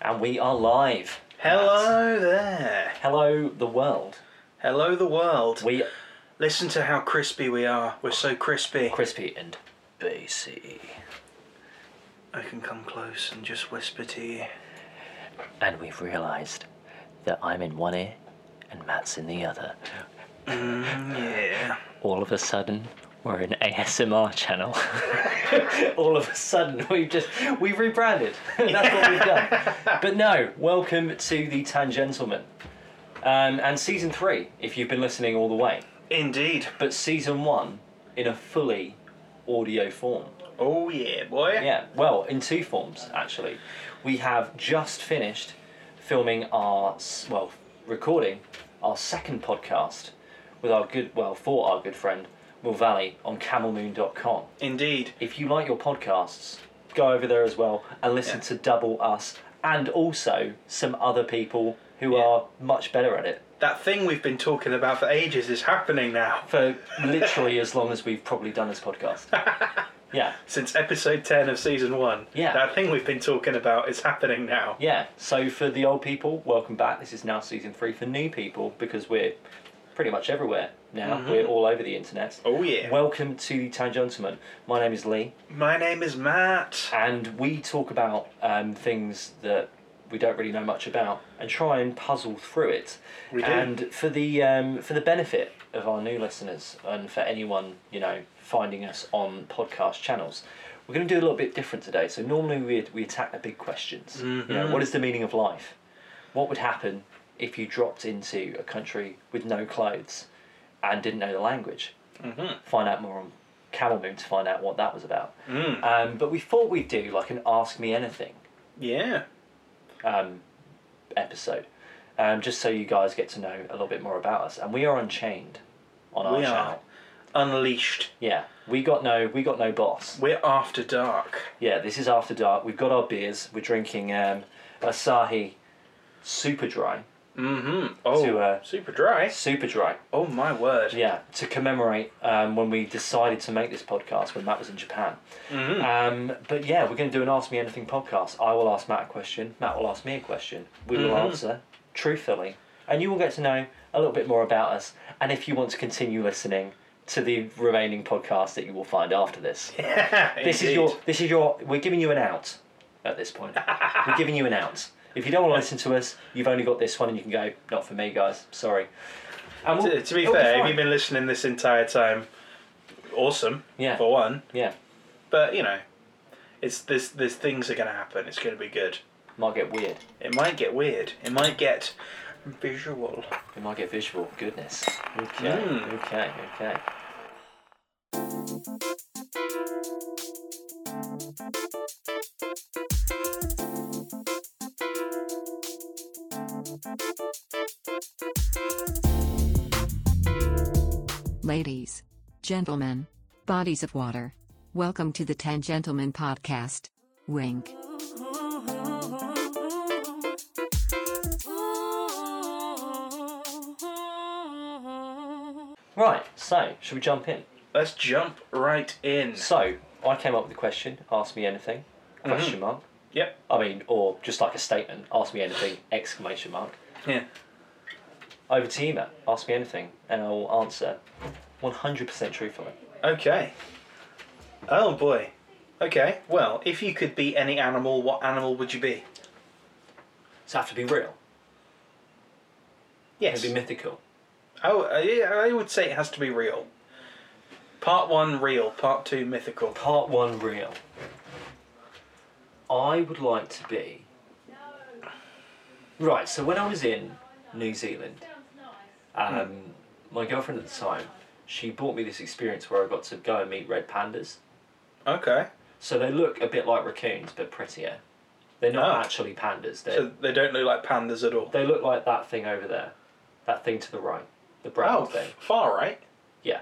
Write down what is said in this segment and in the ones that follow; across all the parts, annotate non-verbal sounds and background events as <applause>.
And we are live. Hello there. Hello, the world. Hello, the world. We Listen to how crispy we are. We're so crispy. crispy and bassy. I can come close and just whisper to you. And we've realised that I'm in one ear and Matt's in the other. Yeah. All of a sudden, we're an ASMR channel. All of a sudden, we've just we've rebranded. <laughs> That's what we've done. But no, welcome to the Tangentleman, um, and season three. If you've been listening all the way, Indeed. but season one in a fully audio form. Oh, yeah, boy. Yeah, well, in two forms actually. We have just finished filming our s- well, recording our second podcast with our good well for our good friend Will Valley on CamelMoon.com. Indeed. If you like your podcasts, go over there as well and listen Yeah. to Double Us and also some other people who Yeah. are much better at it That thing we've been talking about for ages is happening now. for literally as long as we've probably done this <laughs> podcast. Yeah. Since episode 10 of season 1. Yeah. That thing we've been talking about is happening now. Yeah, so for the old people, welcome back. This is now season three. For new people, because we're pretty much everywhere now, we're all over the internet. Mm-hmm. Oh, yeah. Welcome to the Town Gentleman. My name is Lee, My name is Matt. and we talk about um, things that we don't really know much about and try and puzzle through it. We do. And for the um, for the benefit of our new listeners and for anyone you know finding us on podcast channels. We're going to do a little bit different today. So normally we we attack the big questions. You Mm-hmm. know, what is the meaning of life? What would happen if you dropped into a country with no clothes and didn't know the language? Mm-hmm. Find out more on Camel Moon to find out what that was about. Mm. Um, but we thought we'd do like an Ask Me Anything Yeah. um, episode, um, just so you guys get to know a little bit more about us. And we are unchained on our We are. channel. Unleashed. Yeah, we got no, we got no boss. We're after dark. Yeah, this is after dark. We've got our beers. We're drinking um, Asahi Super Dry. Mm-hmm. Oh, To, uh, super dry. Super Dry. Oh, my word. Yeah, to commemorate um, when we decided to make this podcast when Matt was in Japan. Mm-hmm. Um, but yeah, we're going to do an Ask Me Anything podcast. I will ask Matt a question, Matt will ask me a question, we will Mm-hmm. answer truthfully, and you will get to know a little bit more about us. And if you want to continue listening to the remaining podcast that you will find after <laughs> this, this is your this is your we're giving you an out at this <laughs> point. we're giving you an out. If you don't want to listen to us, you've only got this one, and you can go. Not for me, guys. Sorry. And we'll- To, to be it'll fair, if fine. you've been listening this entire time, awesome. Yeah. For one, Yeah, but you know, it's there's there's things are gonna happen. It's gonna be good. might get weird. It might get weird. It might get visual. It might get visual. Goodness. Okay. Mm. Okay. Okay. Ladies, gentlemen, bodies of water. Welcome to the Ten Gentlemen Podcast. Wink. Right. So, should we jump in? Let's jump right in. So, I came up with a question. Ask me anything? Question mark. Yep. I mean, or just like a statement. Ask me anything! Exclamation mark. Yeah. Over to you, Matt. Ask me anything, and I will answer 100% truthfully. Okay. Oh boy. Okay. Well, if you could be any animal, what animal would you be? So, have to be real. It Yes. would be mythical. Oh, I, I would say it has to be real. Part one real, part two mythical. Part one, real. I would like to be. Right, so when I was in New Zealand, um, my girlfriend at the time, she bought me this experience where I got to go and meet red pandas. Okay. So they look a bit like raccoons, but prettier. They're not Oh. actually pandas. They're, So they don't look like pandas at all. they look like that thing over there, that thing to the right, the brown Oh, thing. f- far right. Yeah,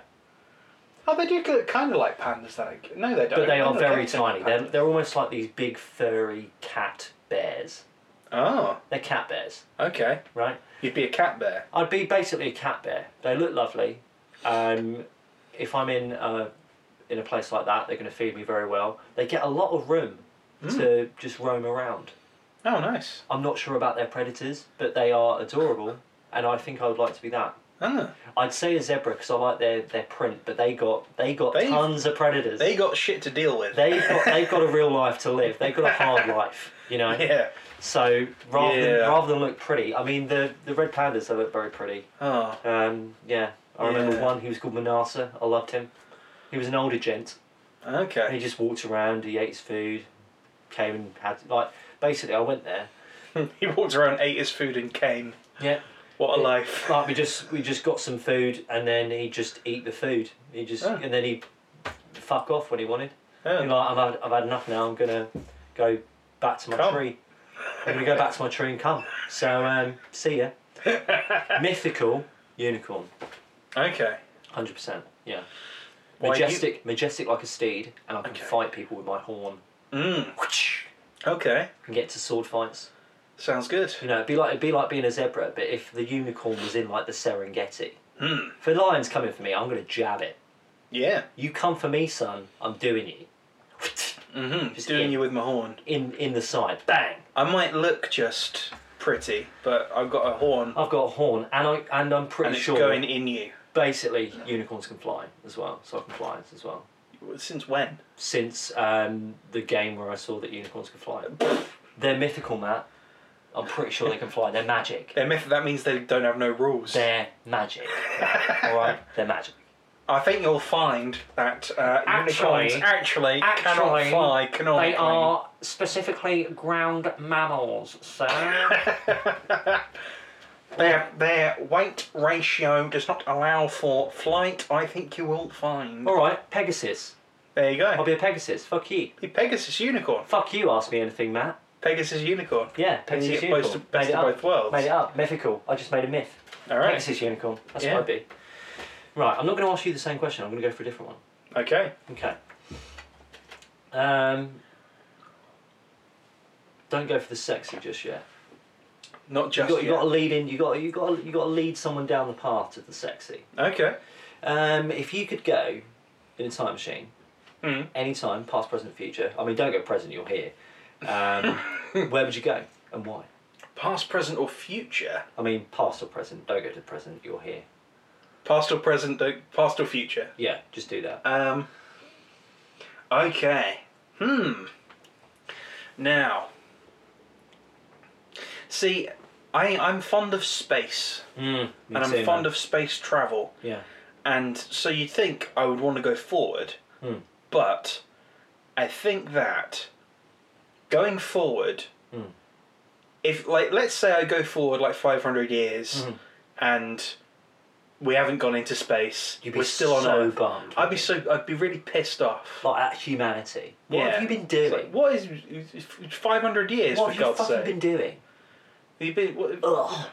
Oh, they do look kind of like pandas. Then I g- no, they don't. but they are look very anything like tiny. They're, pandas. they're almost like these big furry cat bears. Oh, They're cat bears, okay. right? You'd be a cat bear. I'd be basically a cat bear. They look lovely. Um, if I'm in a, in a Hmm. place like that, they're going to feed me very well. They get a lot of room to just roam around. Oh, nice. I'm not sure about their predators, but they are adorable, and I think I would like to be that. Ah, I'd say a zebra because I like their, their print, but they got they got They've- tons of predators. they got shit to deal with. they've got they've got a real life to live. They've got a hard life, you know. <laughs> yeah. So rather Yeah. than rather than look pretty, I mean the the red pandas they look very pretty. Oh, Um, yeah, I remember Yeah. one. He was called Manasa. I loved him. He was an older gent. And he okay. just walked around. He ate his food. Came and had like basically. I went there. <laughs> He walked around, ate his food, and came. Yeah, What a Yeah. <laughs> life. like we just we just got some food and then he just eat the food. He just Oh. and then he fuck off when he wanted. He'd be Oh, like, I've had I've had enough now. I'm gonna go back to my Come. tree. I'm gonna go back to my tree and come. So um, see <laughs> ya. Mythical unicorn. okay. Hundred percent. Yeah. Why you- Majestic, majestic like a steed, and I can Okay. fight people with my horn. Mm, Whoosh! okay. And get to sword fights. Sounds good. You know, it'd be like it'd be like being a zebra, but if the unicorn was in like the Serengeti. Mm, If a lion's coming for me, I'm gonna jab it. yeah. You come for me, son. I'm doing you. <laughs> Mm-hmm. Just Doing in. you with my horn. In in the side, bang! I might look just pretty, but I've got a horn I've got a horn, and I and I'm pretty and it's sure. going in you. Basically, unicorns can fly as well, so I can fly as well. Since when? Since um, the game where I saw that unicorns can fly, they're mythical, Matt. I'm pretty sure they can fly. They're magic. Their myth, that means they don't have no rules. They're magic. All right, they're magic. I think you'll find that uh, Actually- unicorns actually, cannot actually, fly canonically. They are specifically ground mammals, so Their, their weight ratio does not allow for flight, I think you will find. All right, Pegasus. There you I'll go. be a Pegasus. Fuck you. The Pegasus unicorn. Fuck you. Ask me anything, Matt. Pegasus unicorn. Yeah, Then you Pegasus get unicorn. both- best made it of up. both worlds. Made it up. Mythical. I just made a myth. All right. Pegasus unicorn. That's Yeah. what I'd be. Right, I'm not going to ask you the same question. I'm going to go for a different one. Okay. Okay. Um. Don't go for the sexy just yet. Not You just got, you got to yet. lead in. You got you got you got to lead someone down the path to the sexy. Okay. Um, if you could go in a time machine, Hmm. any time, past, present, future. I mean, don't go present. You're here. <laughs> Um, where would you go and why? Past, present, or future? I mean, past or present. Don't go to present. You're here. Past or present, don't- past or future? Yeah, just do that. Um. Okay. Hmm. Now. See, I I'm fond of space, Mm, and I'm fond of space travel, Yeah. and so you'd think I would want to go forward, Hmm. but I think that going forward, Hmm. if like let's say I go forward like 500 years, Mhm. and we haven't gone into space, You'd be we're still on so Earth. bummed. I'd be so I'd be really pissed off. like at humanity. What Yeah. have you been It's like, doing? what is five hundred years What for have you God's fucking sake? been doing? You've been- what- Ugh.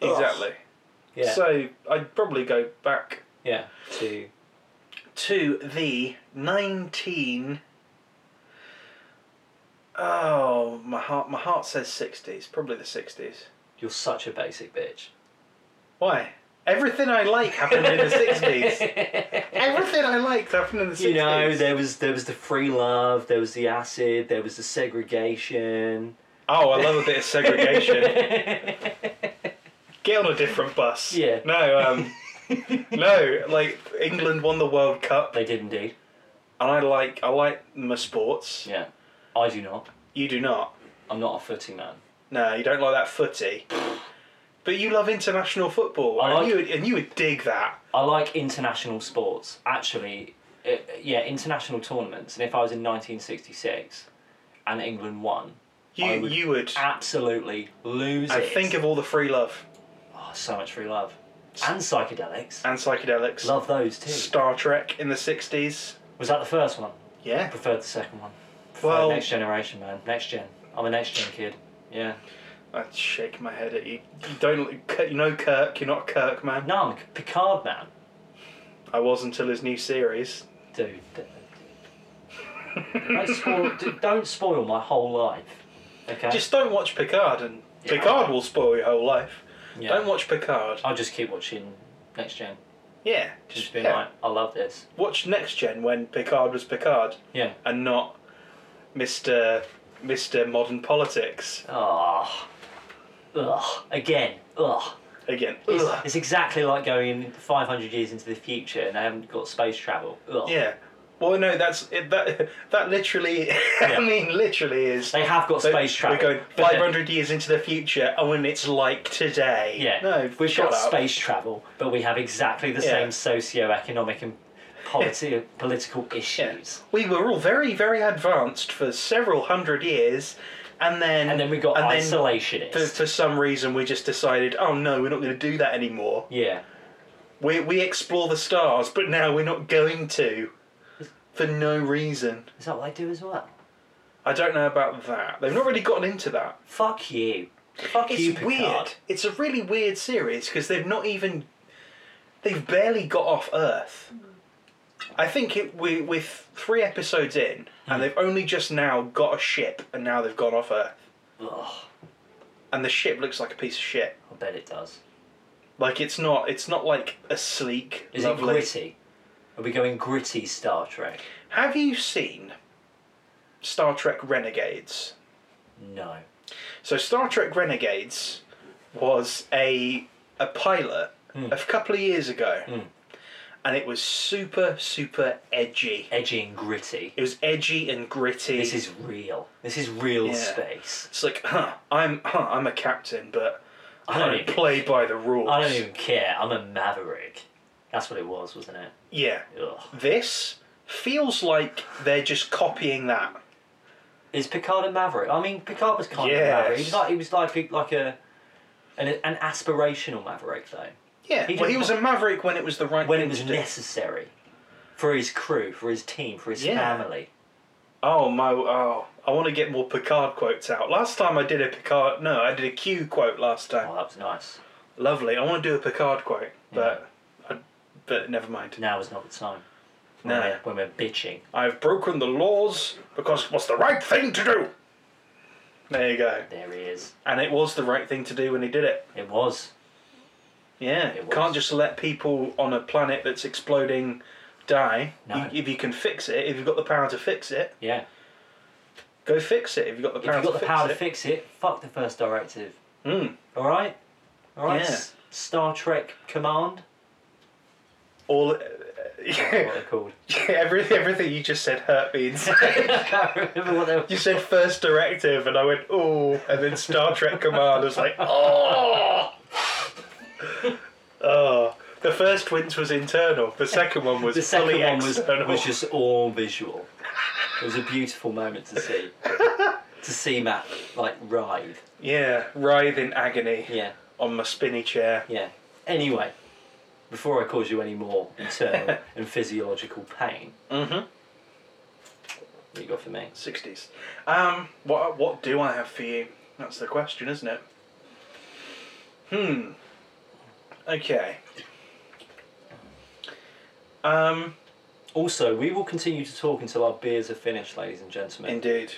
exactly. Yeah. So I'd probably go back yeah. To to the nineteen. Oh, my heart! My heart says sixties. Probably the sixties. you're such a basic <laughs> bitch. Why? Everything I like happened in the sixties. Everything I liked happened in the <laughs> you sixties. know, there was there was the free love, there was the acid, there was the segregation. Oh, I love a bit of segregation. Get on a different bus. Yeah. No. Um. <laughs> no, like England won the World <laughs> Cup, They did indeed. and I like I like my sports. Yeah. I do not. You do not. I'm not a footy man. No, you don't like that footy. But you love international football, I and like- you would, and you would dig that. I like international sports. Actually, uh, yeah, international tournaments. And if I was in 1966 and England won, I You would you would. absolutely lose And it. think of all the free love Oh, so much free love. And psychedelics. and psychedelics. Love those too. Star Trek in the sixties. Was that the first one? Yeah. Preferred the second one. Preferred Well- Next Generation, man. Next Gen. I'm a Next Gen kid. Yeah. I shake my head at you. You don't. You know Kirk. You're not Kirk, man. No, I'm a Picard man. I was until his new series. <laughs> Dude. d- Don't spoil, d- don't spoil my whole life. Okay? Just don't watch Picard, and Picard will spoil your whole life. Yeah. Don't watch Picard. I'll just keep watching Next Gen. Yeah, Just just being yeah. like, I love this. watch Next Gen when Picard was Picard Yeah. and not Mister Mr. Modern Politics. Ah, ugh. Again, ugh. Again. It's, Ugh. it's exactly like going 500 years into the future and they haven't got space travel. Ugh. Yeah. Well, no, that's it, that. <laughs> That literally, <laughs> I mean, literally is. They have got So space travel. We're <laughs> going but- 500 years into the future, oh, and it's like today. Yeah. No, we've shut got up. space travel, but we have exactly the Yeah. same socio-economic and politi- <laughs> political Yeah. issues. We were all very, very advanced for several hundred years, and then. And then we got and then isolationists. For, for some reason, we just decided, oh no, we're not going to do that anymore. yeah. We, we explore the stars, but now we're not going to. For no reason. Is that what they do as well? I don't know about that. They've not really gotten into that. Fuck you. Fuck you, It's Picard. weird. It's a really weird series because they've not even. They've barely got off Earth. I think it, we, we're three episodes in, Hmm. and they've only just now got a ship, and now they've gone off Earth. Ugh, And the ship looks like a piece of shit. I bet it does. Like it's not. It's not like a sleek, Is lovely. it gritty? Are we going gritty Star Trek? Have you seen Star Trek Renegades? No. So Star Trek Renegades was a a pilot Hmm. a couple of years ago, and it was super super edgy. Edgy and gritty. It was edgy and gritty. This is real. This is real Yeah. space. it's like huh, I'm huh, I'm a captain, but I I don't don't even- play by the rules. I don't even care. I'm a maverick. That's what it was, wasn't it? Yeah, Ugh. this feels like they're just copying that. Is Picard a maverick? I mean, Picard was kind of a Yes. maverick. He was like he was like a, like a an, an aspirational maverick though. Yeah, He well, he didn't- was a maverick when it was the right When thing it was to do. necessary for his crew, for his team, for his Yeah. family. Oh my! Oh, I want to get more Picard quotes out. Last time I did a Picard. No, I did a Q quote last time. Oh, that was nice. Lovely. I want to do a Picard quote, but I, but never mind. Now is not the time. When, No. we're, when we're bitching. I've broken the laws because it was the right thing to do. There you go. There he is. And it was the right thing to do when he did it. It was. Yeah. It was. Can't just let people on a planet that's exploding die. No. You- if you can fix it, if you've got the power to fix it, Yeah. go fix it. If you've got the If power you've got to the fix power it. to fix it, fuck the first directive. Mm. Alright? Alright? Yeah. S- Star Trek Command? All. <laughs> I don't know yeah, what they're called. <laughs> every, everything you just said hurt me. I can't remember what they were You said first directive, and I went oh, and then Star Trek Command was like oh, oh. The first winch was internal. The second Oh. one was The second fully one was, external. was just all visual. It was a beautiful moment to <laughs> see. to see Matt like writhe. yeah, writhe in agony Yeah, on my spinny chair. yeah. Anyway, before I cause you any more internal <laughs> and physiological pain, Mhm. what you got for me? Sixties. Um, what what do I have for you? That's the question, isn't it? Hmm. Okay. Um. Also, we will continue to talk until our beers are finished, ladies and gentlemen, Indeed.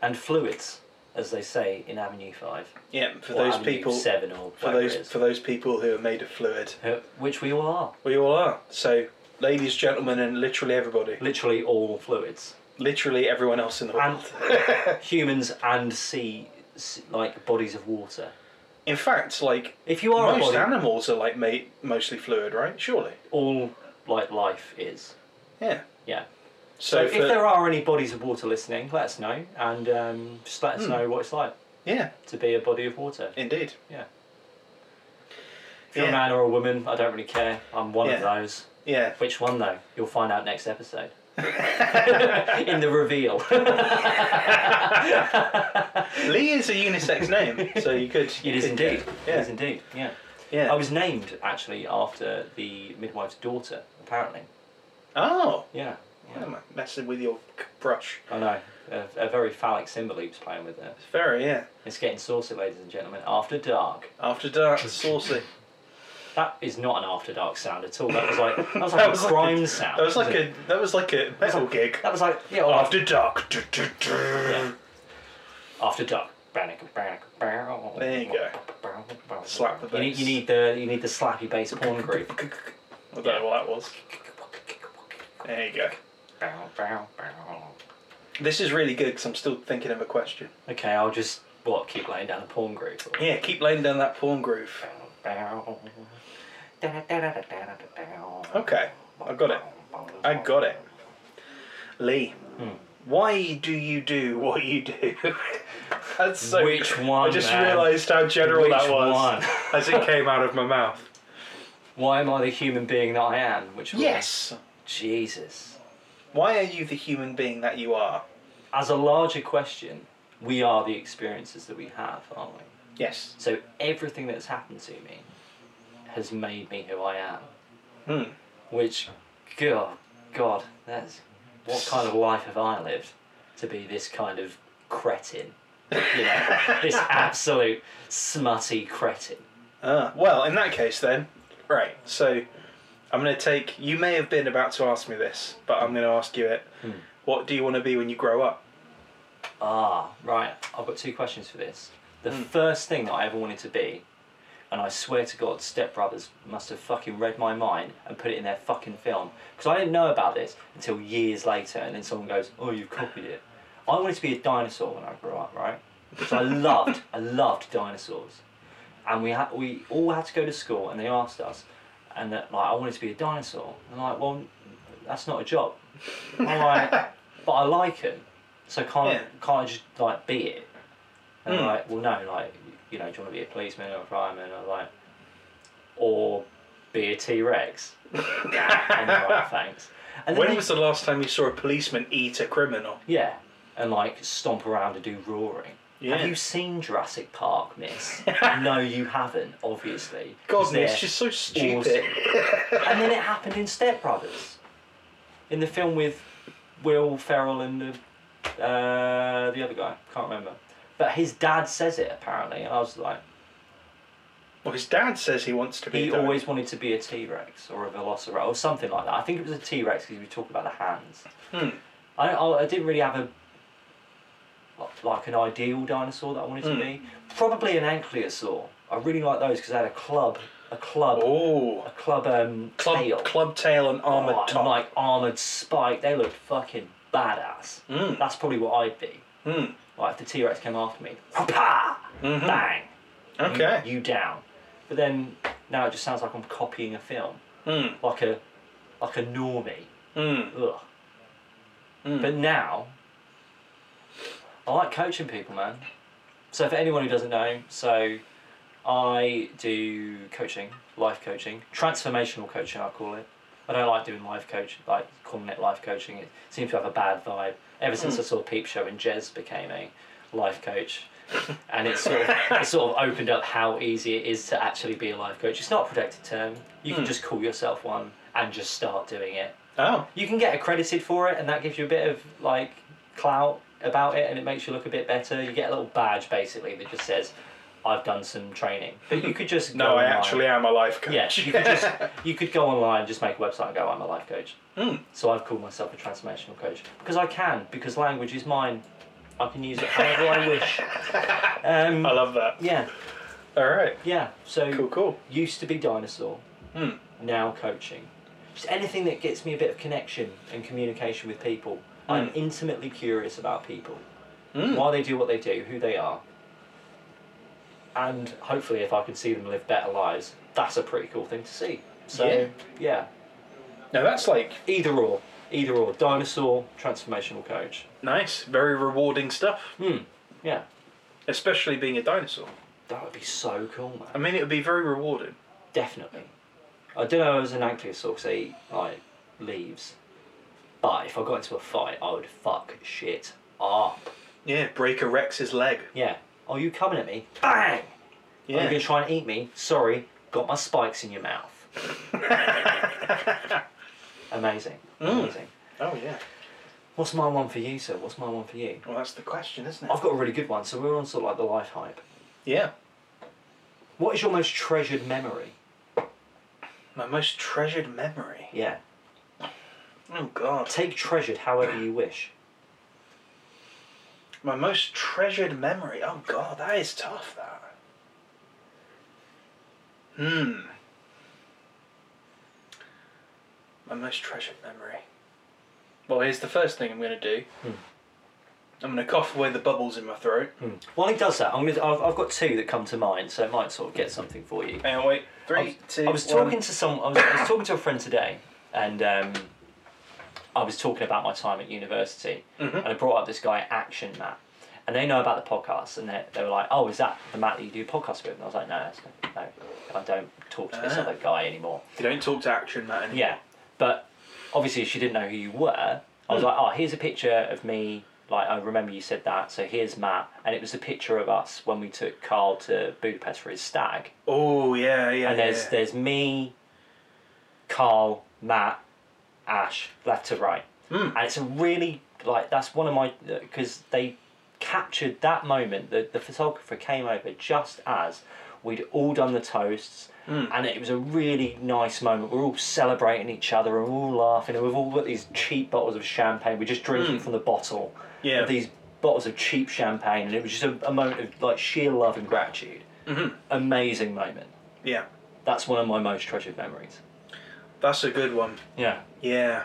and fluids, as they say in Avenue Five. Yeah. For or those Avenue people. Seven or for whatever those it is. for those people who are made of fluid. Uh, Which we all are. We all are. So, ladies, gentlemen, and literally everybody, Literally all fluids. literally everyone else in the And <laughs> world. humans and sea, s- like bodies of water. In fact, like If you are a most body, animals are like made mostly fluid, right? Surely. all like life is. Yeah. Yeah. So, if for, there are any bodies of water listening, let us know and um, just let Hmm. us know what it's like yeah, to be a body of water. indeed. Yeah. If you're Yeah. a man or a woman, I don't really care. I'm one of Yeah. those. Yeah. Which one though? You'll find out next <laughs> episode. In the reveal. Lee is a unisex name, so you could. You it is could indeed. Um, It Yeah. is indeed. Yeah. Yeah. I was named actually after the midwife's daughter, apparently. Oh. Yeah. Why yeah. am I messing with your c- brush? I know. A, a very phallic symbol he was playing with there. It's very yeah. It's getting saucy, ladies and gentlemen. After dark. After dark, saucy. That is not an after dark sound at all. That was like <laughs> that was like <laughs> That a was like crime a- sound. That was like wasn't it? a that was like a metal gig. that was like yeah well, after After dark. Du- du- du. Yeah. after dark. Bang, bang, bang. There you go. Bang, bang. Slap the You need, you bass. need the you need the slappy bass porn group. I don't know what that was. There you go. Bow, bow, bow. This is really good because I'm still thinking of a question. Okay, I'll just what keep laying down a porn groove. or- Yeah, keep laying down that porn groove. Okay, I got it. I got it. Lee, Hmm. why do you do what you do? <laughs> That's so. Which one, I just man? realised how general Which that was one? <laughs> as it came out of my mouth. Why am I the human being that I am? Which was- Yes. Jesus. Why are you the human being that you are? As a larger question, we are the experiences that we have, aren't we? Yes. So everything that's happened to me has made me who I am. Hmm. Which, God, God, that's what kind of life have I lived to be this kind of cretin? You know, <laughs> this absolute smutty cretin. Ah, well, in that case, then, right. So, I'm going to take. You may have been about to ask me this, but I'm going to ask you it. What do you want to be when you grow up? Ah, right. I've got two questions for this. The first thing that I ever wanted to be, and I swear to God, Step Brothers must have fucking read my mind and put it in their fucking film. Because I didn't know about this until years later, and then someone goes, Oh, you've copied it. I wanted to be a dinosaur when I grew up, right? So I loved, I loved dinosaurs. And we, had we all had to go to school, and they asked us, and that, like, I wanted to be a dinosaur. And I'm like, Well, that's not a job. I'm like, But I like it. So can't, Yeah. can't I just, like, be it? And Mm. like, well, no, like, you know, do you want to be a policeman or a fireman or like, or be a T Rex? and they're like, thanks. And then When they- was the last time you saw a policeman eat a criminal? yeah, and like stomp around and do roaring. Yeah. Have you seen Jurassic Park, <laughs> Miss? no, you haven't, obviously. 'cause God, they're it's just so stupid. <laughs> <laughs> and then it happened in Step Brothers, in the film with Will Ferrell and the, uh, the other guy. Can't remember, but his dad says it apparently, and I was like, Well, his dad says he wants to be. He a dog. always wanted to be a T Rex or a Velociraptor or something like that. I think it was a T Rex because we talked about the hands. Hmm. I, I, I didn't really have a like an ideal dinosaur that I Hmm. wanted to be. Probably an ankylosaur. I really like those because they had a club, a club, Oh, a club um club tail, club tail and Oh, armored and, top. like armored spike. They looked fucking badass. Mm. That's probably what I'd be. Hmm. Mm-hmm. Like if the T Rex came after me, pa, bang, Okay. you down. But then now it just sounds like I'm copying a film Hmm. like a like a normie. Hmm. Ugh. But now, I like coaching people, man. So for anyone who doesn't know, so I do coaching, life coaching, transformational coaching, I call it. I don't like doing life coach, like calling it life coaching. It seems to have a bad vibe. Ever Hmm. since I saw Peep Show and Jez became a life coach, and it sort of it sort of opened up how easy it is to actually be a life coach. It's not a protected term. You Hmm. can just call yourself one and just start doing it. Oh. You can get accredited for it, and that gives you a bit of like clout about it, and it makes you look a bit better. You get a little badge basically that just says, "I've done some training." But you could just <laughs> No, go I online. <laughs> actually am a life coach. yes, <laughs> you could just you could go online, just make a website, and go, "I'm a life coach." Hmm. So I've called myself a transformational coach because I can because language is mine. I can use it however I <laughs> wish. Um, I love that. yeah, All right. yeah. So Cool. Hmm. Cool. used to be dinosaur, now coaching. Just anything that gets me a bit of connection and communication with people. Hmm. I'm intimately curious about people, why they do what they do, who they are, and hopefully, if I can see them live better lives, that's a pretty cool thing to see. So, Yeah. yeah, No, that's like either or, either or, dinosaur, transformational coach. Hmm. nice, very rewarding stuff. Yeah, Especially being a dinosaur. that would be so cool, man. I mean, it would be very rewarding. Definitely. I don't know as an ankylosaur because they eat like leaves, but if I got into a fight, I would fuck shit up. Yeah, break a Rex's leg. Oh, Yeah. Oh, you coming at me? Bang! Are you Yeah. gonna try and eat me? Sorry, got my spikes in your mouth. Amazing. Amazing. Oh yeah. What's my one for you, sir? What's my one for you? Well, that's the question, isn't it? I've got a really good one. So we're on sort of like the life hype. Yeah. What is your most treasured memory? My most treasured memory. Yeah. Oh God. Take treasured however you wish. My most treasured memory. Oh God, that is tough. That. Hmm. Hmm. My most treasured memory. Well, here's the first thing I'm going to do. I'm going to cough away the bubbles in my throat. While he does that, I'm gonna, I've, I've got two that come to mind, so it might sort of get something for you. Hang on, wait. I Three, was, two, I was one. talking to some. I was, I was talking to a friend today, and um, I was talking about my time at university, Mm-hmm. and I brought up this guy Action Matt, and they know about the podcast, and they, they were like, "Oh, is that the Matt that you do podcasts with?" And I was like, "No, that's, no, I don't talk to this Ah. other guy anymore." You don't talk to action, man. Yeah, but obviously she didn't know who you were. I was like, oh, here's a picture of me. Like I remember you said that. So here's Matt, and it was a picture of us when we took Carl to Budapest for his stag. Oh yeah, yeah. And there's yeah. there's me, Carl, Matt, Ash, left to right, Hmm. and it's a really like that's one of my because they captured that moment. The the photographer came over just as we'd all done the toasts. Hmm. And it was a really nice moment. We're all celebrating each other and we're all laughing, and we've all got these cheap bottles of champagne. We're just drinking from the bottle. Hmm. Yeah. of These bottles of cheap champagne, and it was just a, a moment of like sheer love and gratitude. Mm-hmm. Amazing moment yeah. that's one of my most treasured memories. That's a good one. Yeah. Yeah,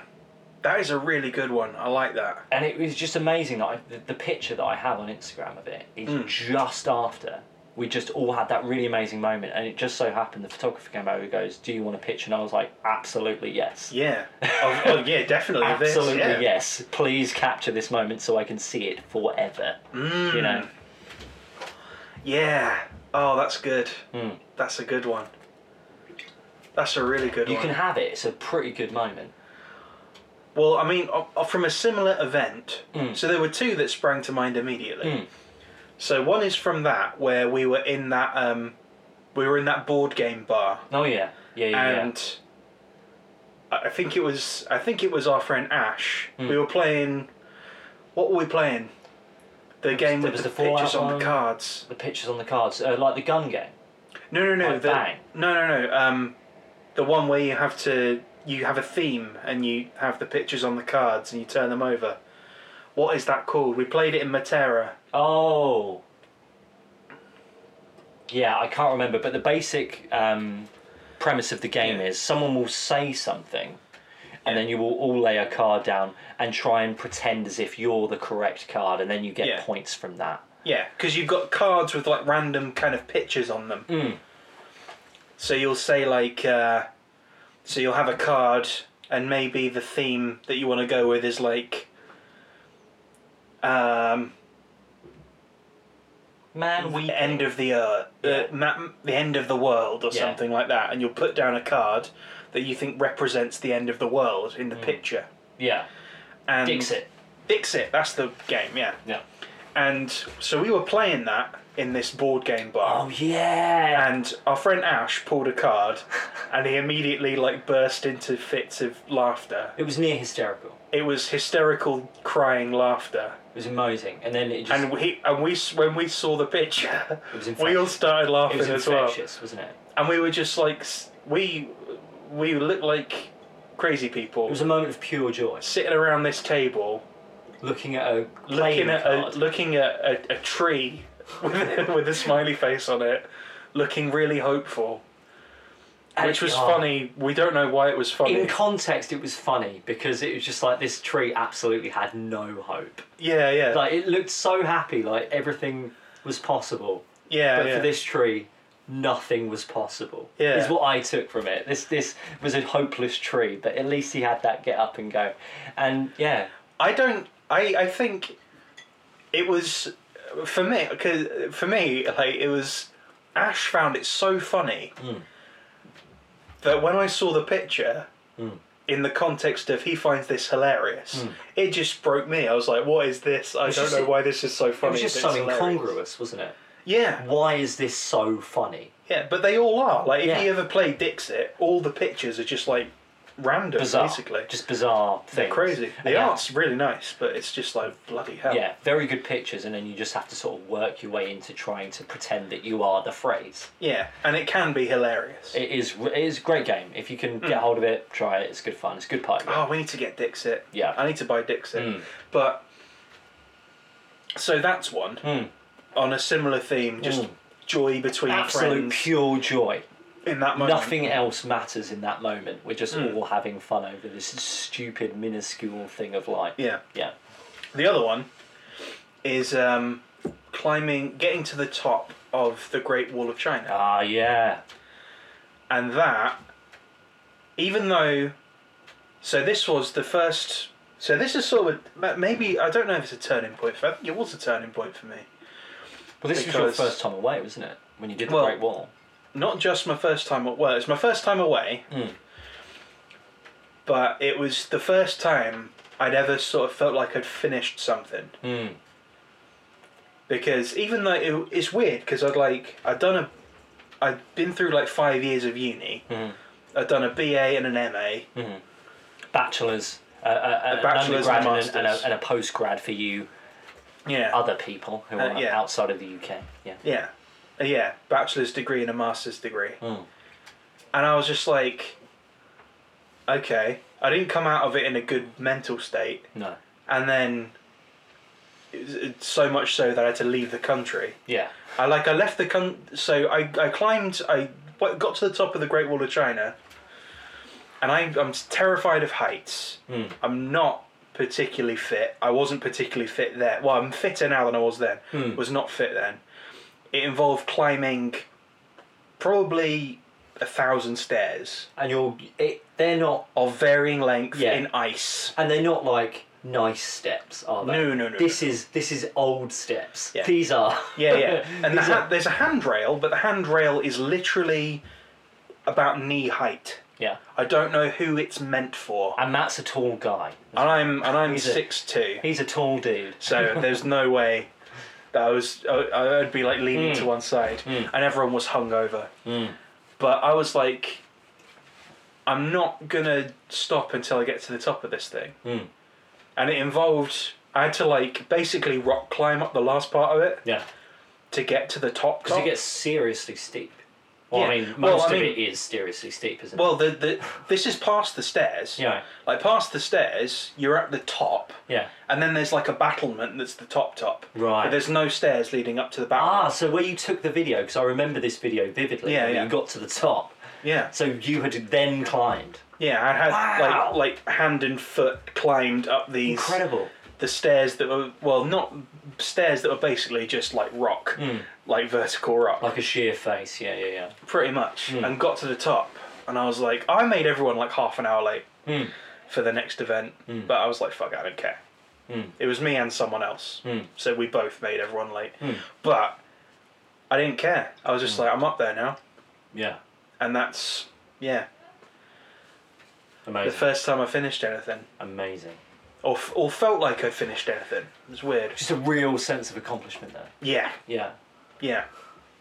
that is a really good one. I like that. And it was just amazing that I, the, the picture that I have on Instagram of it is Mm. just after we just all had that really amazing moment. And it just so happened the photographer came over and goes, Do you want a picture? And I was like, Absolutely, yes. Yeah. oh, oh, <laughs> yeah, definitely. this, Absolutely, yeah. yes. Please capture this moment so I can see it forever. Mm. You know? Yeah. Oh, that's good. Hmm. That's a good one. That's a really good You one. can have it. It's a pretty good moment. Well, I mean, o- o- from a similar event. Hmm. So there were two that sprang to mind immediately. So one is from that where we were in that um, we were in that board game bar, Oh, yeah. Yeah, yeah, and I I think it was I think it was our friend Ash. Hmm. We were playing. What were we playing? The game there was with the, the Fallout pictures on one. the cards. The pictures on the cards, uh, like the gun game. No, no, no. Like the, Bang. No, no, no. Um, the one where you have to you have a theme and you have the pictures on the cards and you turn them over. What is that called? We played it in Matera. Oh. Yeah, I can't remember, but the basic um, premise of the game Yeah. is someone will say something, and then you will all lay a card down and try and pretend as if you're the correct card, and then you get Yeah. points from that. Yeah, because you've got cards with like random kind of pictures on them. Hmm. So you'll say like, uh, so you'll have a card, and maybe the theme that you want to go with is like, um, Man, we the end of the earth, Yeah. the, ma- the end of the world, or Yeah. something like that, and you'll put down a card that you think represents the end of the world in the picture. yeah, And Hmm. Dixit. Dixit, that's the game, Mm. yeah. Yeah. And so we were playing that in this board game bar. Oh yeah. And our friend Ash pulled <laughs> a card, and he immediately like burst into fits of laughter. it was near hysterical. It was hysterical, crying laughter. It was amazing, and then it just And we and we s- when we saw the <laughs> picture, was we all infectious. started it laughing was as well. infectious, wasn't it? And we were just like s- we we looked like crazy people It was a moment of pure joy, sitting around this table, looking at a playing looking at card. a, looking at a, a tree <laughs> with, with a smiley face on it, looking really hopeful. and- which was oh. funny. We don't know why it was funny. In context, it was funny because it was just like this tree absolutely had no hope. yeah, yeah, Like it looked so happy, like everything was possible, yeah, but Oh, yeah. for this tree, nothing was possible. Yeah. is what I took from it. This this was a hopeless tree, but at least he had that get up and go, and yeah, I don't. I I think it was for me. Cause for me, like it was. Ash found it so funny Hmm. that when I saw the picture. Hmm. In the context of he finds this hilarious, it just broke me. I was like, "What is this? I was don't just- know why this is so it funny." was if just it's so hilarious." incongruous, wasn't it? Yeah, Why is this so funny? yeah, but they all are. Like, if Yeah. you ever play Dixit, all the pictures are just like random, Bizarre, basically. just bizarre things. They're crazy. The Yeah. art's really nice, but it's just like bloody hell. Yeah, very good pictures, and then you just have to sort of work your way into trying to pretend that you are the phrase. Yeah, and it can be hilarious. It is it is a great game. If you can get hold of it, try it. It's good fun. It's a good party. game. Hmm. oh, we need to get Dixit. Yeah. Hmm. I need to buy Dixit. But so that's one Hmm. on a similar theme, just joy between Absolute friends pure joy. in that moment. Nothing else matters in that moment. We're just Hmm. all having fun over this stupid minuscule thing of life. Yeah. Yeah. The other one is um, climbing, getting to the top of the Great Wall of China. Ah, yeah. and that even though so this was the first so this is sort of ma- maybe i don't know if it's a turning point for it was a turning point for me Well, this was Because- your first time away, wasn't it? When you did the Well- Great Wall. not just my first time at work it's my first time away Mm. but it was the first time i'd ever sort of felt like i'd finished something Mm. because even though it, it's weird because i'd like i'd done a i'd been through like five years of uni Mm. i'd done a ba and an ma Mm. Bachelors, uh, uh, a bachelor's an undergrad and and, a- and, master's. a, and a postgrad for you yeah other people who Uh, are yeah. outside of the UK. Yeah. Yeah. Uh, Yeah, bachelor's degree and a master's degree. Mm. And I was just like, okay. I didn't come out of it in a good mental state. No. And then, it was- it's so much so that I had to leave the country. Yeah. I like, I left the con. So I, I climbed, I w- got to the top of the Great Wall of China. And I, I'm terrified of heights. Mm. I'm not particularly fit. I wasn't particularly fit there. Well, I'm fitter now than I was then. Hmm. Was not fit then. It involved climbing probably a thousand stairs And you're it, they're not of varying length Yeah. in ice. and they're not like nice steps, are they? No, no, no, This no. is this is old steps. Yeah. These are. Yeah, yeah. And the These ha- are- there's a handrail, but the handrail is literally about knee height. <laughs> yeah. I don't know who it's meant for. And Matt's a tall guy. And I'm and I'm He's a- six two. He's a tall dude. So there's no way that I was I, I'd be like leaning Mm. to one side, Mm. and everyone was hungover. Mm. But I was like, I'm not gonna stop until I get to the top of this thing, Mm. and it involved I had to like basically rock climb up the last part of it Yeah. to get to the top. Because top. it gets seriously steep. Well, I Yeah. mean, most Well, I of mean- it is seriously steep, isn't well, the, the this is past the stairs. it? Yeah. Like past the stairs, you're at the top, Yeah. and then there's like a battlement that's the top top. Right. But there's no stairs leading up to the Ah, battlement. so where you took the video, because I remember this video vividly. Yeah, where yeah. You got to the top, yeah. so you had then climbed. Yeah, I had Wow. like like hand and foot climbed up these Incredible. the stairs that were well not stairs that were basically just like rock, Hmm. like vertical rock, Like a sheer face. Yeah, yeah, pretty much, and got to the top, and I was like, I made everyone like half an hour late yeah. Mm. for the next event, but I was like, fuck, I don't care. Mm. It was me and someone else, Mm. so we both made everyone late, but I didn't care. I was just like, I'm up there now, Yeah. and that's yeah, the Amazing. first time I finished anything. Amazing. Or, f- or felt like I finished anything. It was weird. Just a real sense of accomplishment there. Yeah, Yeah. yeah.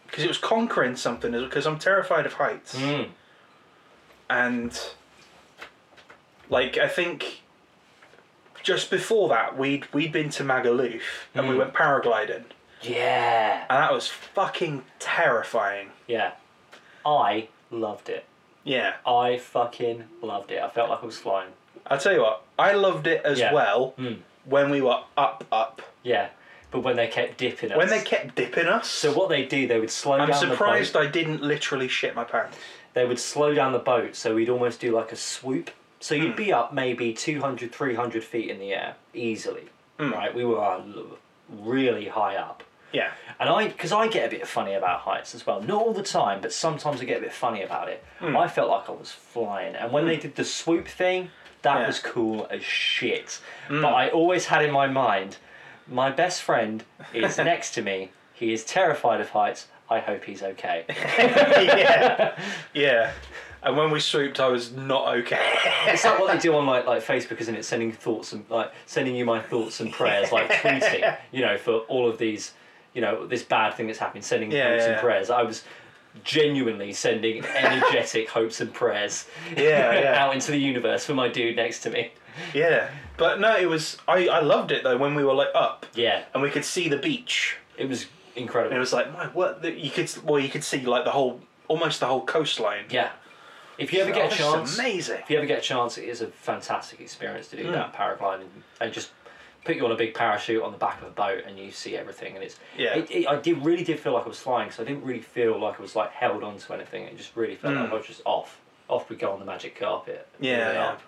Because it was conquering something, because I'm terrified of heights. Mm. And, like, I think just before that, we'd, we'd been to Magaluf and we Mm. went paragliding. Yeah. And that was fucking terrifying. Yeah. I loved it. Yeah. I fucking loved it. I felt like I was flying. I'll tell you what, I loved it as Yeah. well Mm. when we were up, up. Yeah. But when they kept dipping us. When they kept dipping us, so what they do, they would slow I'm down surprised the boat. I didn't literally shit my pants. They would slow down the boat, so we'd almost do like a swoop. So Hmm. you'd be up maybe 200, 300 feet in the air easily. Hmm. Right? We were uh, really high up. Yeah. And I, because I get a bit funny about heights as well. Not all the time, but sometimes I get a bit funny about it. I felt like I was flying. And when they did the swoop thing, that Yeah. was cool as shit. But I always had in my mind, my best friend is next to me. He is terrified of heights. I hope he's okay. <laughs> yeah. <laughs> Yeah. And when we swooped, I was not okay. It's like what they do on like like Facebook, isn't it? Sending thoughts and like sending you my thoughts and prayers, <laughs> like tweeting, you know, for all of these, you know, this bad thing that's happened. Sending Yeah, hopes yeah, and yeah. prayers. I was genuinely <laughs> sending energetic hopes and prayers Yeah, yeah. out into the universe for my dude next to me. <laughs> yeah. But no, it was. I, I loved it though when we were like up Yeah, and we could see the beach. it was And incredible. it was like, my what? The, you could well, you could see like the whole, almost the whole coastline. yeah, if you ever Oh, get a this is chance, amazing. if you ever get a chance, it is a fantastic experience to do that paragliding and just put you on a big parachute on the back of a boat and you see everything and it's Yeah. it, it, I did really did feel like I was flying so I didn't really feel like I was like held onto anything it just really felt like I was just off off we go on the magic carpet Mm. Yeah, moving yeah. up.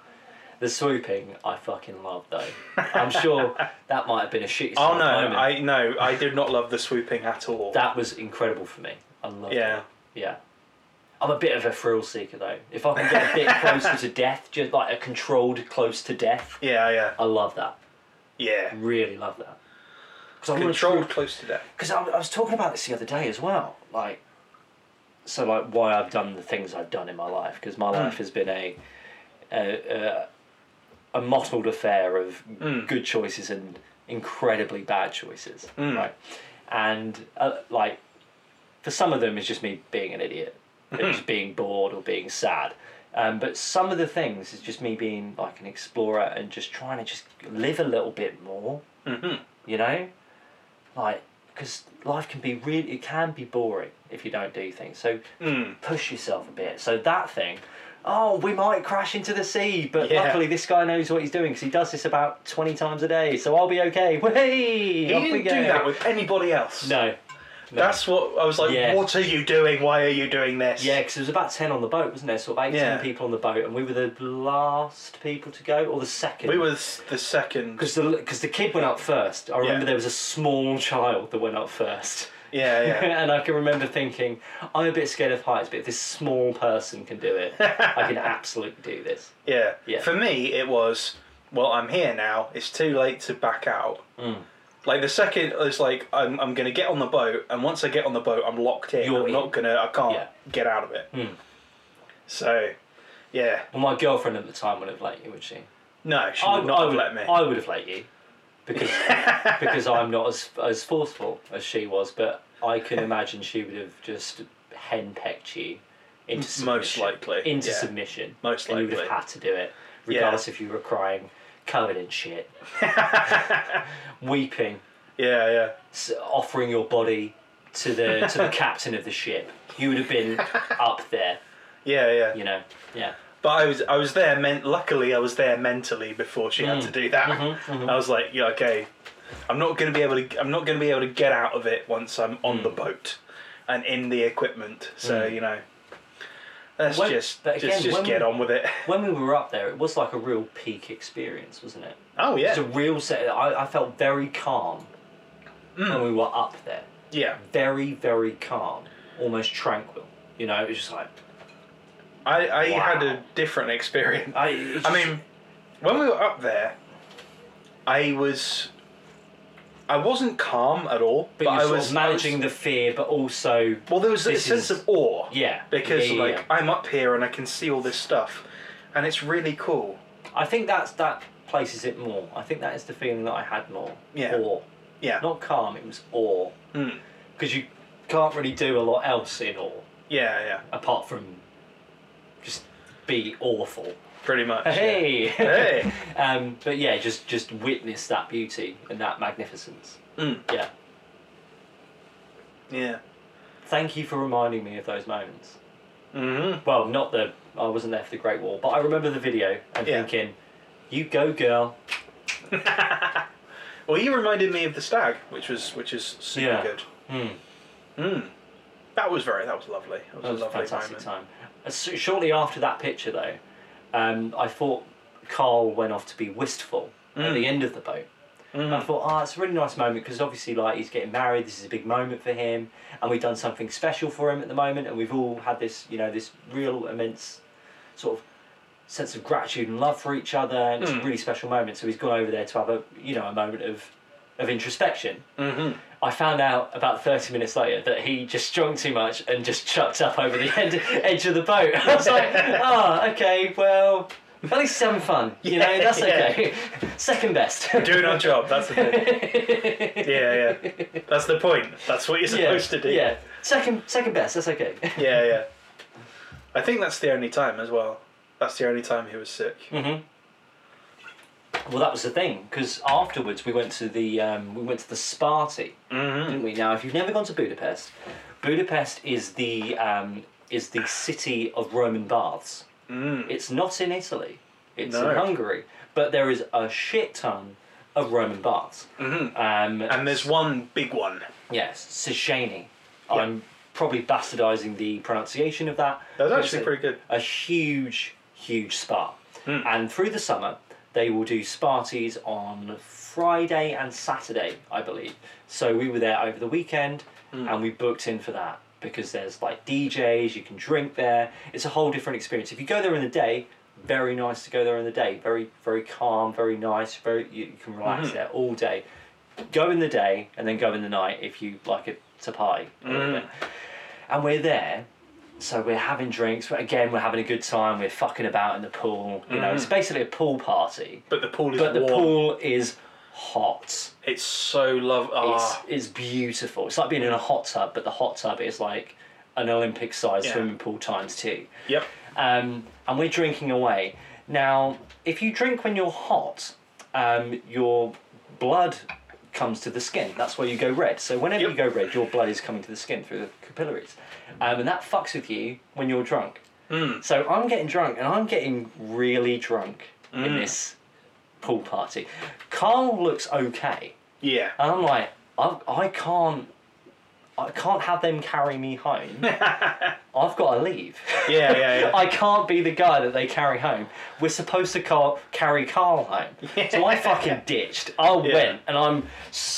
The swooping, I fucking love though. I'm <laughs> sure that might have been a shitty Oh sort of no, moment. I no, I did not love the swooping at all. That was incredible for me. I love yeah. it. Yeah. I'm a bit of a thrill seeker though. If I can get a bit <laughs> closer to death, just like a controlled close to death, Yeah, yeah. I love that. Yeah. Really love that. Because I Controlled close to death. Because I, I was talking about this the other day as well. Like, so like why I've done the things I've done in my life because Hmm. my life has been a a, a, a mottled affair of Hmm. good choices and incredibly bad choices, Hmm. right? And uh, like, for some of them, it's just me being an <laughs> idiot, it's just being bored or being sad. Um, but some of the things is just me being like an explorer and just trying to just live a little bit more Mm-hmm. you know like because life can be really it can be boring if you don't do things so Mm. push yourself a bit so that thing oh we might crash into the sea but Yeah. luckily this guy knows what he's doing because he does this about 20 times a day so i'll be okay <laughs> Whee! He Off we didn't go. do that with anybody else. no That's what I was like. Yeah. What are you doing? Why are you doing this? yeah because there was about 10 on the boat wasn't there sort of 18 Yeah. people on the boat and we were the last people to go or the second We were s- the second. because the, 'cause the kid went up first i remember there was a small child that went up first Yeah, <laughs> yeah. and I can remember thinking, I'm a bit scared of heights, but if this small person can do it, I <laughs> can absolutely do this. Yeah. Yeah. For me, it was, well, I'm here now. It's too late to back out. Mm. Like the second is like I'm, I'm gonna get on the boat, and once I get on the boat, I'm locked in. You're I'm in. not gonna. I can't Yeah. Mm. get out of it. So, yeah. Well, my girlfriend at the time wouldn't have let you, would she? No, she would not have would, let me. I would have let you <laughs> because because I'm not as as forceful as she was, but I can imagine she would have just henpecked you into submission. Most likely, into yeah. submission. Most and you would likely. have had to do it, regardless if you were crying, covered in <laughs> shit, weeping. yeah, yeah. s- offering your body to the to the captain of the ship. You would have been up there, Yeah, yeah, you know. Yeah. But I was I was there. Men- luckily, I was there mentally before she had to Mm. do that. Mm-hmm, I was like, yeah, okay, I'm not gonna be able to. I'm not gonna be able to get out of it once I'm on Mm. the boat and in the equipment. So you know, let's When- just but again, just just when get we- on with it. <laughs> When we were up there, it was like a real peak experience, wasn't it? Oh yeah, It's a real set. I, I felt very calm Mm. when we were up there. yeah. Very, very calm, almost tranquil. You know, it was just like I I Wow. had a different experience. I. it's just- I mean, when we were up there, I was. I wasn't calm at all, but, but, you're I sort was of managing I was- the fear, but also Well, there was a This sense is- of awe. yeah, Because yeah, yeah, like yeah. I'm up here and I can see all this stuff, and it's really cool. I think that's that places it more. I think that is the feeling that I had more. Yeah. Mm. Awe. Yeah. Not calm, it was awe. Because you can't really do a lot else in awe Yeah, yeah. apart from just be awful. Pretty much. yeah. Hey. <laughs> Hey. um, but yeah, just just witness that beauty and that magnificence. Mm. Yeah. Yeah. Thank you for reminding me of those moments. hmm Well, not the I wasn't there for the Great Wall, but I remember the video and Yeah. thinking, "You go, girl." Well, you reminded me of the stag, which was which is super Yeah. good. Hmm. Mm. That was very. That was lovely. That was, That was a a lovely fantastic time. moment. Uh, so- Shortly after that picture, though, um, I thought Carl went off to be wistful at the end of the boat. And I thought, ah, it's a really nice moment because obviously, like, he's getting married. This is a big moment for him, and we've done something special for him at the moment. And we've all had this, you know, this real immense sort of sense of gratitude and love for each other. And Mm. it's a really special moment. So he's gone over there to have a, you know, a moment of of introspection. Mm-hmm. I found out about 30 minutes later that he just drunk too much and just chucked up over the <laughs> end, edge of the boat. <laughs> I was <laughs> like, oh, okay, well, at least it's having fun. You know, Yeah, that's yeah. okay. <laughs> Second best. Doing our job. That's <laughs> the thing. yeah, yeah. That's the point. That's what you're <laughs> yeah, supposed to do. yeah. Second, second best, that's okay. Yeah, yeah. I think that's the only time as well. That's the only time he was sick. Mm-hmm. Well, that was the thing because afterwards we went to the um, we went to the Sparty, Mm-hmm. didn't we? Now, if you've never gone to Budapest, Budapest is the um, is the city of Roman baths. It's not in Italy. It's Mm. No. in Hungary, but there is a shit ton of Roman baths. Mm-hmm. Um, And there's one big one. yes, Sishani. I'm probably bastardizing the pronunciation of that. That was but actually it's a- pretty good. A huge, huge spa. And through the summer, they will do Sparties on Friday and Saturday, I believe. So we were there over the weekend and we booked in for that because there's like DJs, you can drink there. It's a whole different experience. If you go there in the day, very nice to go there in the day. Very, very calm, very nice. Very, you, you can relax there all day. Go in the day and then go in the night if you like it to party. a little bit. And we're there so we're having drinks. But again, we're having a good time. We're fucking about in the pool. You know, it's basically a pool party. But the pool is But the Mm. warm. pool is hot. It's so love. It's, Ah, it's beautiful. It's like being in a hot tub, but the hot tub is like an Olympic-sized Yeah. swimming pool times two. yep. Um, and we're drinking away. Now, if you drink when you're hot, um, your blood comes to the skin. That's where you go red. So whenever Yep. you go red, your blood is coming to the skin through the capillaries, um, and that fucks with you when you're drunk. So I'm getting drunk, and I'm getting really drunk in this pool party. Carl looks okay, Yeah. and I'm like, I, I can't. I can't have them carry me home. I've got to leave. <laughs> yeah, yeah, yeah. I can't be the guy that they carry home. We're supposed to car- carry Carl home. So I fucking ditched. I Yeah. went and I'm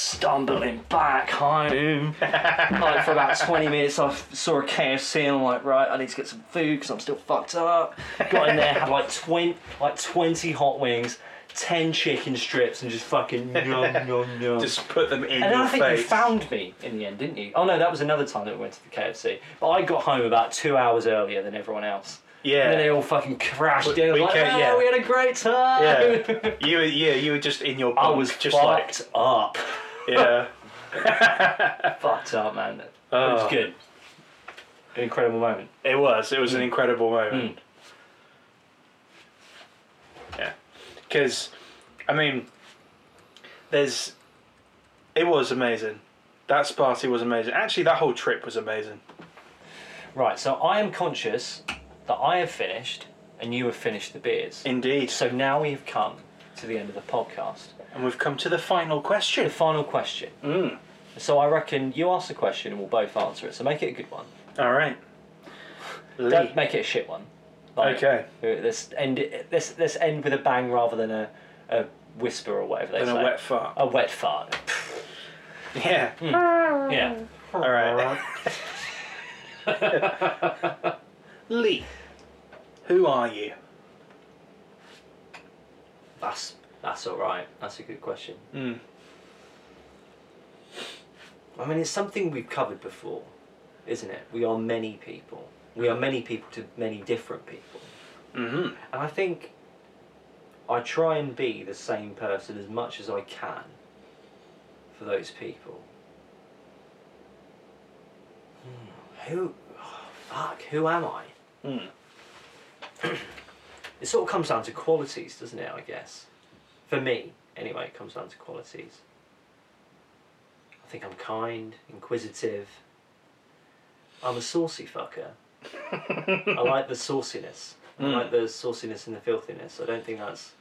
stumbling back home. like for about 20 minutes, I f- saw a KFC and I'm like, right, I need to get some food because I'm still fucked up. Got in there, had like, twen- like 20 hot wings, 10 chicken strips, and just <laughs> fucking yum, yum, yum. Just put them in And then your I think face. you found me in the end, didn't you? Oh no, that was another time that we went to the KFC. But I got home about two hours earlier than everyone else. Yeah. And then they all fucking crashed We- in. we like, ca- "Oh, yeah. we had a great time. <laughs> yeah. You were, yeah, you were just in your bunk, I was just like fucked up. yeah. fucked up, man. It Oh. was good. An incredible moment. It was. It was Hmm. an incredible moment. Hmm. Yeah, because, I mean, there's. It was amazing. That party was amazing. Actually, that whole trip was amazing. Right, so I am conscious that I have finished and you have finished the beers. Indeed. So now we have come to the end of the podcast. and we've come to the final question. Final question. Mm. So I reckon you ask the question and we'll both answer it. So make it a good one. All right. Lee. Don't make it a shit one. Like, Okay. uh, Let's end it. Let's let's end with a bang rather than a, a whisper or whatever they Than say. a wet fart. <laughs> A wet fart. Yeah. yeah. All right. <laughs> Lee, who are you? That's that's all right. That's a good question. Mm. I mean, it's something we've covered before, isn't it? We are many people. We are many people to many different people. Mm-hmm. And I think I try and be the same person as much as I can for those people. Hmm, Who, oh, fuck, who am I? Mm. Hmm. <clears throat> It sort of comes down to qualities, doesn't it, I guess? For me, anyway, it comes down to qualities. I think I'm kind, inquisitive. I'm a saucy fucker. <laughs> I like the sauciness. I like Hmm. the sauciness and the filthiness. I don't think that's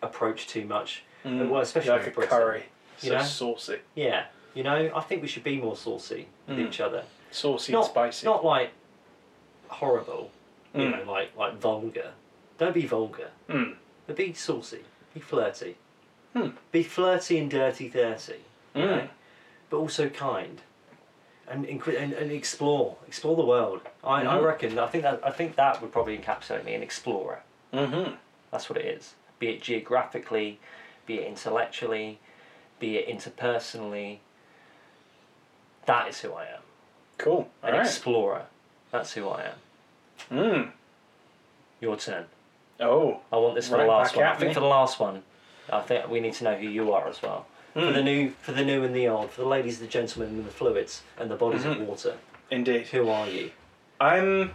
approached too much. Well, especially Hmm. like for a Britain. curry. you so know? saucy, Yeah, you know, I think we should be more saucy with Mm. each other. saucy not and spicy. not like horrible. You Mm. know, like like vulgar. Don't be vulgar. Mm. But be saucy. Be flirty. Hmm. Be flirty and dirty, dirty. You Mm. know? But also kind. And, inqu- and and explore explore the world. I, I Mhm. reckon I think that I think that would probably encapsulate me an explorer. Mm-hmm. That's what it is. Be it geographically, be it intellectually, be it interpersonally. That is who I am. Cool. All An right. explorer. That's who I am. Mm. Your turn. Oh. I want this for Right the last back one. I at think me. for the last one, I think we need to know who you are as well. For Hmm. the new, for the new and the old, for the ladies, the gentlemen, and the fluids, and the bodies Mm-hmm. of water. Indeed. Who are you? I'm.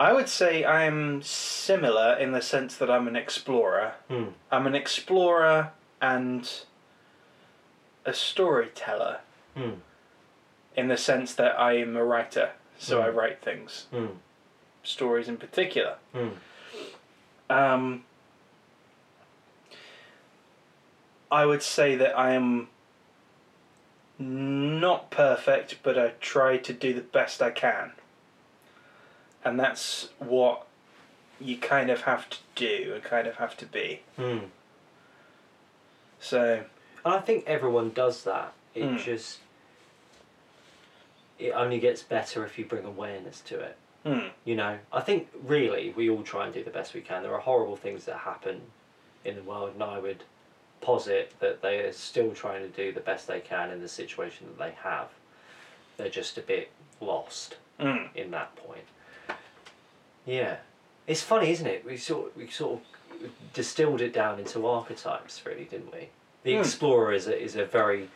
I would say I'm similar in the sense that I'm an explorer. Hmm. I'm an explorer and a storyteller Hmm. in the sense that I am a writer, so I Hmm. write things, Hmm. stories in particular. Hmm. Um, I would say that I am not perfect, but I try to do the best I can. And that's what you kind of have to do and kind of have to be. Mm. So And I think everyone does that. It Mm. just it only gets better if you bring awareness to it. hmm, You know, I think really we all try and do the best we can. There are horrible things that happen in the world, and I would posit that they are still trying to do the best they can in the situation that they have. They're just a bit lost hmm. in that point. Yeah, it's funny, isn't it? We sort we sort of distilled it down into archetypes, really, didn't we? The Hmm. explorer is a, is a very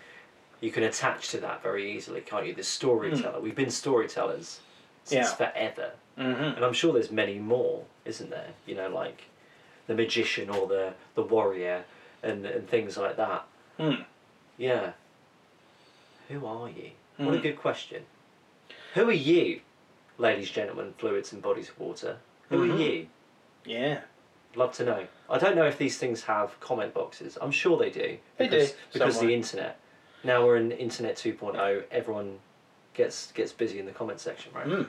you can attach to that very easily, can't you? The storyteller. We've been storytellers since Hmm. Yeah. forever, Mm-hmm. and I'm sure there's many more, isn't there? You know, like the magician or the the warrior and and things like that. Hmm. Yeah. Who are you? What Hmm. a good question. Who are you, ladies, gentlemen, fluids and bodies of water? Who Mm-hmm. are you? Yeah. Love to know. I don't know if these things have comment boxes. I'm sure they do. They do, Because, because the somewhere. internet. Now we're in internet 2.0. Everyone gets gets busy in the comment section, right? Mm.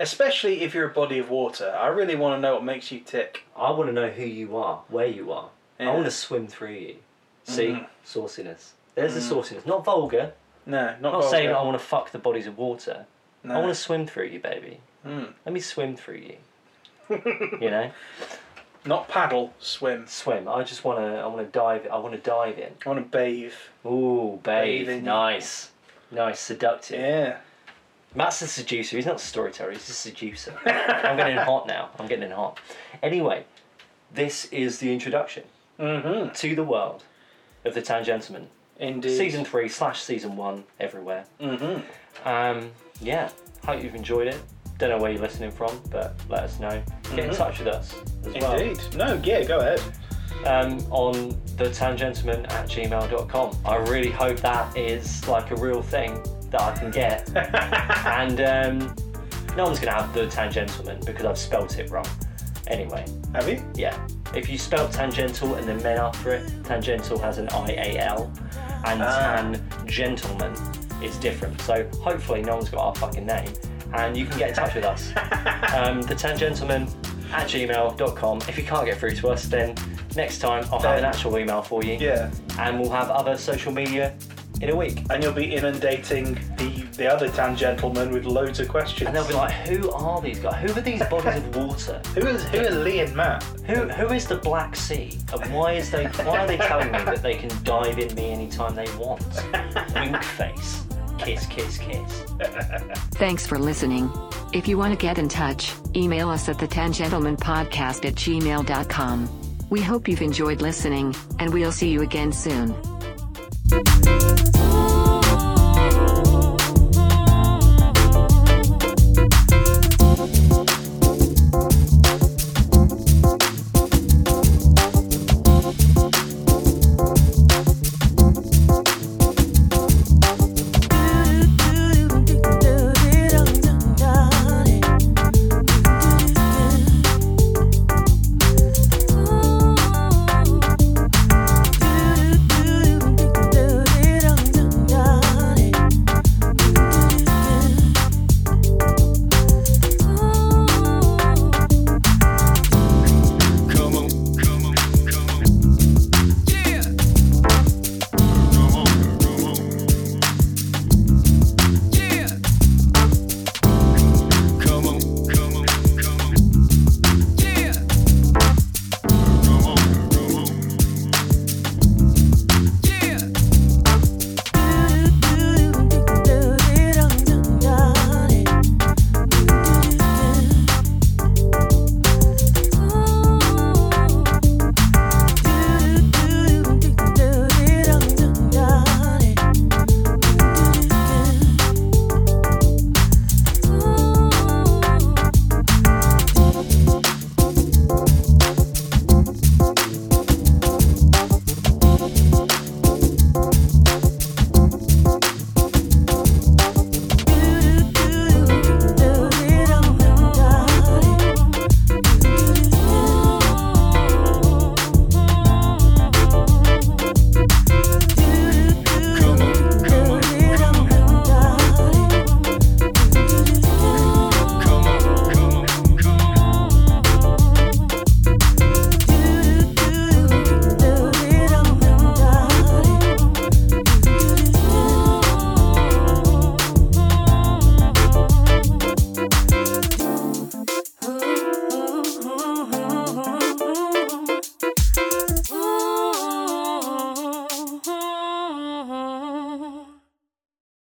Especially if you're a body of water, I really want to know what makes you tick. I want to know who you are, where you are. Yeah. I want to swim through you. See Mhm. sauciness. There's the sauciness. Not vulgar. No, not I'm not saying Mm. vulgar. I want to fuck the bodies of water. No. I want to swim through you, baby. Mm. Let me swim through <laughs> you. you know, Not paddle, swim. swim. I just want to. I want to dive. I want to dive in. I want to bathe. Ooh, bathe. Bathing. Nice, nice, seductive. Yeah. Matt's a seducer. He's not a storyteller. He's a <laughs> seducer. I'm getting in hot now. I'm getting in hot. Anyway, this is the introduction Mm-hmm. to the world of the Tangentleman, Indeed. season three slash season one everywhere. Mm-hmm. Um, yeah, hope you've enjoyed it. Don't know where you're listening from, but let us know. Get in Mhm. touch with us as well. Indeed. No, yeah, go ahead. um, on the tangentleman at gmail.com. I really hope that is like a real thing that I can get. <laughs> and um, no one's going to have the tangentleman because I've spelt it wrong. Anyway, Have you? yeah. If you spell tangential and then men after it, tangential has an I A L, and Ah. tan gentleman is different. So hopefully no one's got our fucking name, and you can get in touch with <laughs> us. um, the tangentleman at gmail.com. If you can't get through to us, then next time I'll have an Then- actual email for you, Yeah. and we'll have other social media in a week. And you'll be inundating the the other tan gentleman with loads of questions. And they'll be like, who are these guys? Who are these bodies of water? who is who is Lee and Matt? Who, who is the Black Sea, and why is they why are they telling me that they can dive in me anytime they want? Wink face, kiss, kiss, kiss. Thanks for listening. If you want to get in touch, email us at the tangentlemanpodcast at gmail.com. We hope you've enjoyed listening, and we'll see you again soon. Ooh.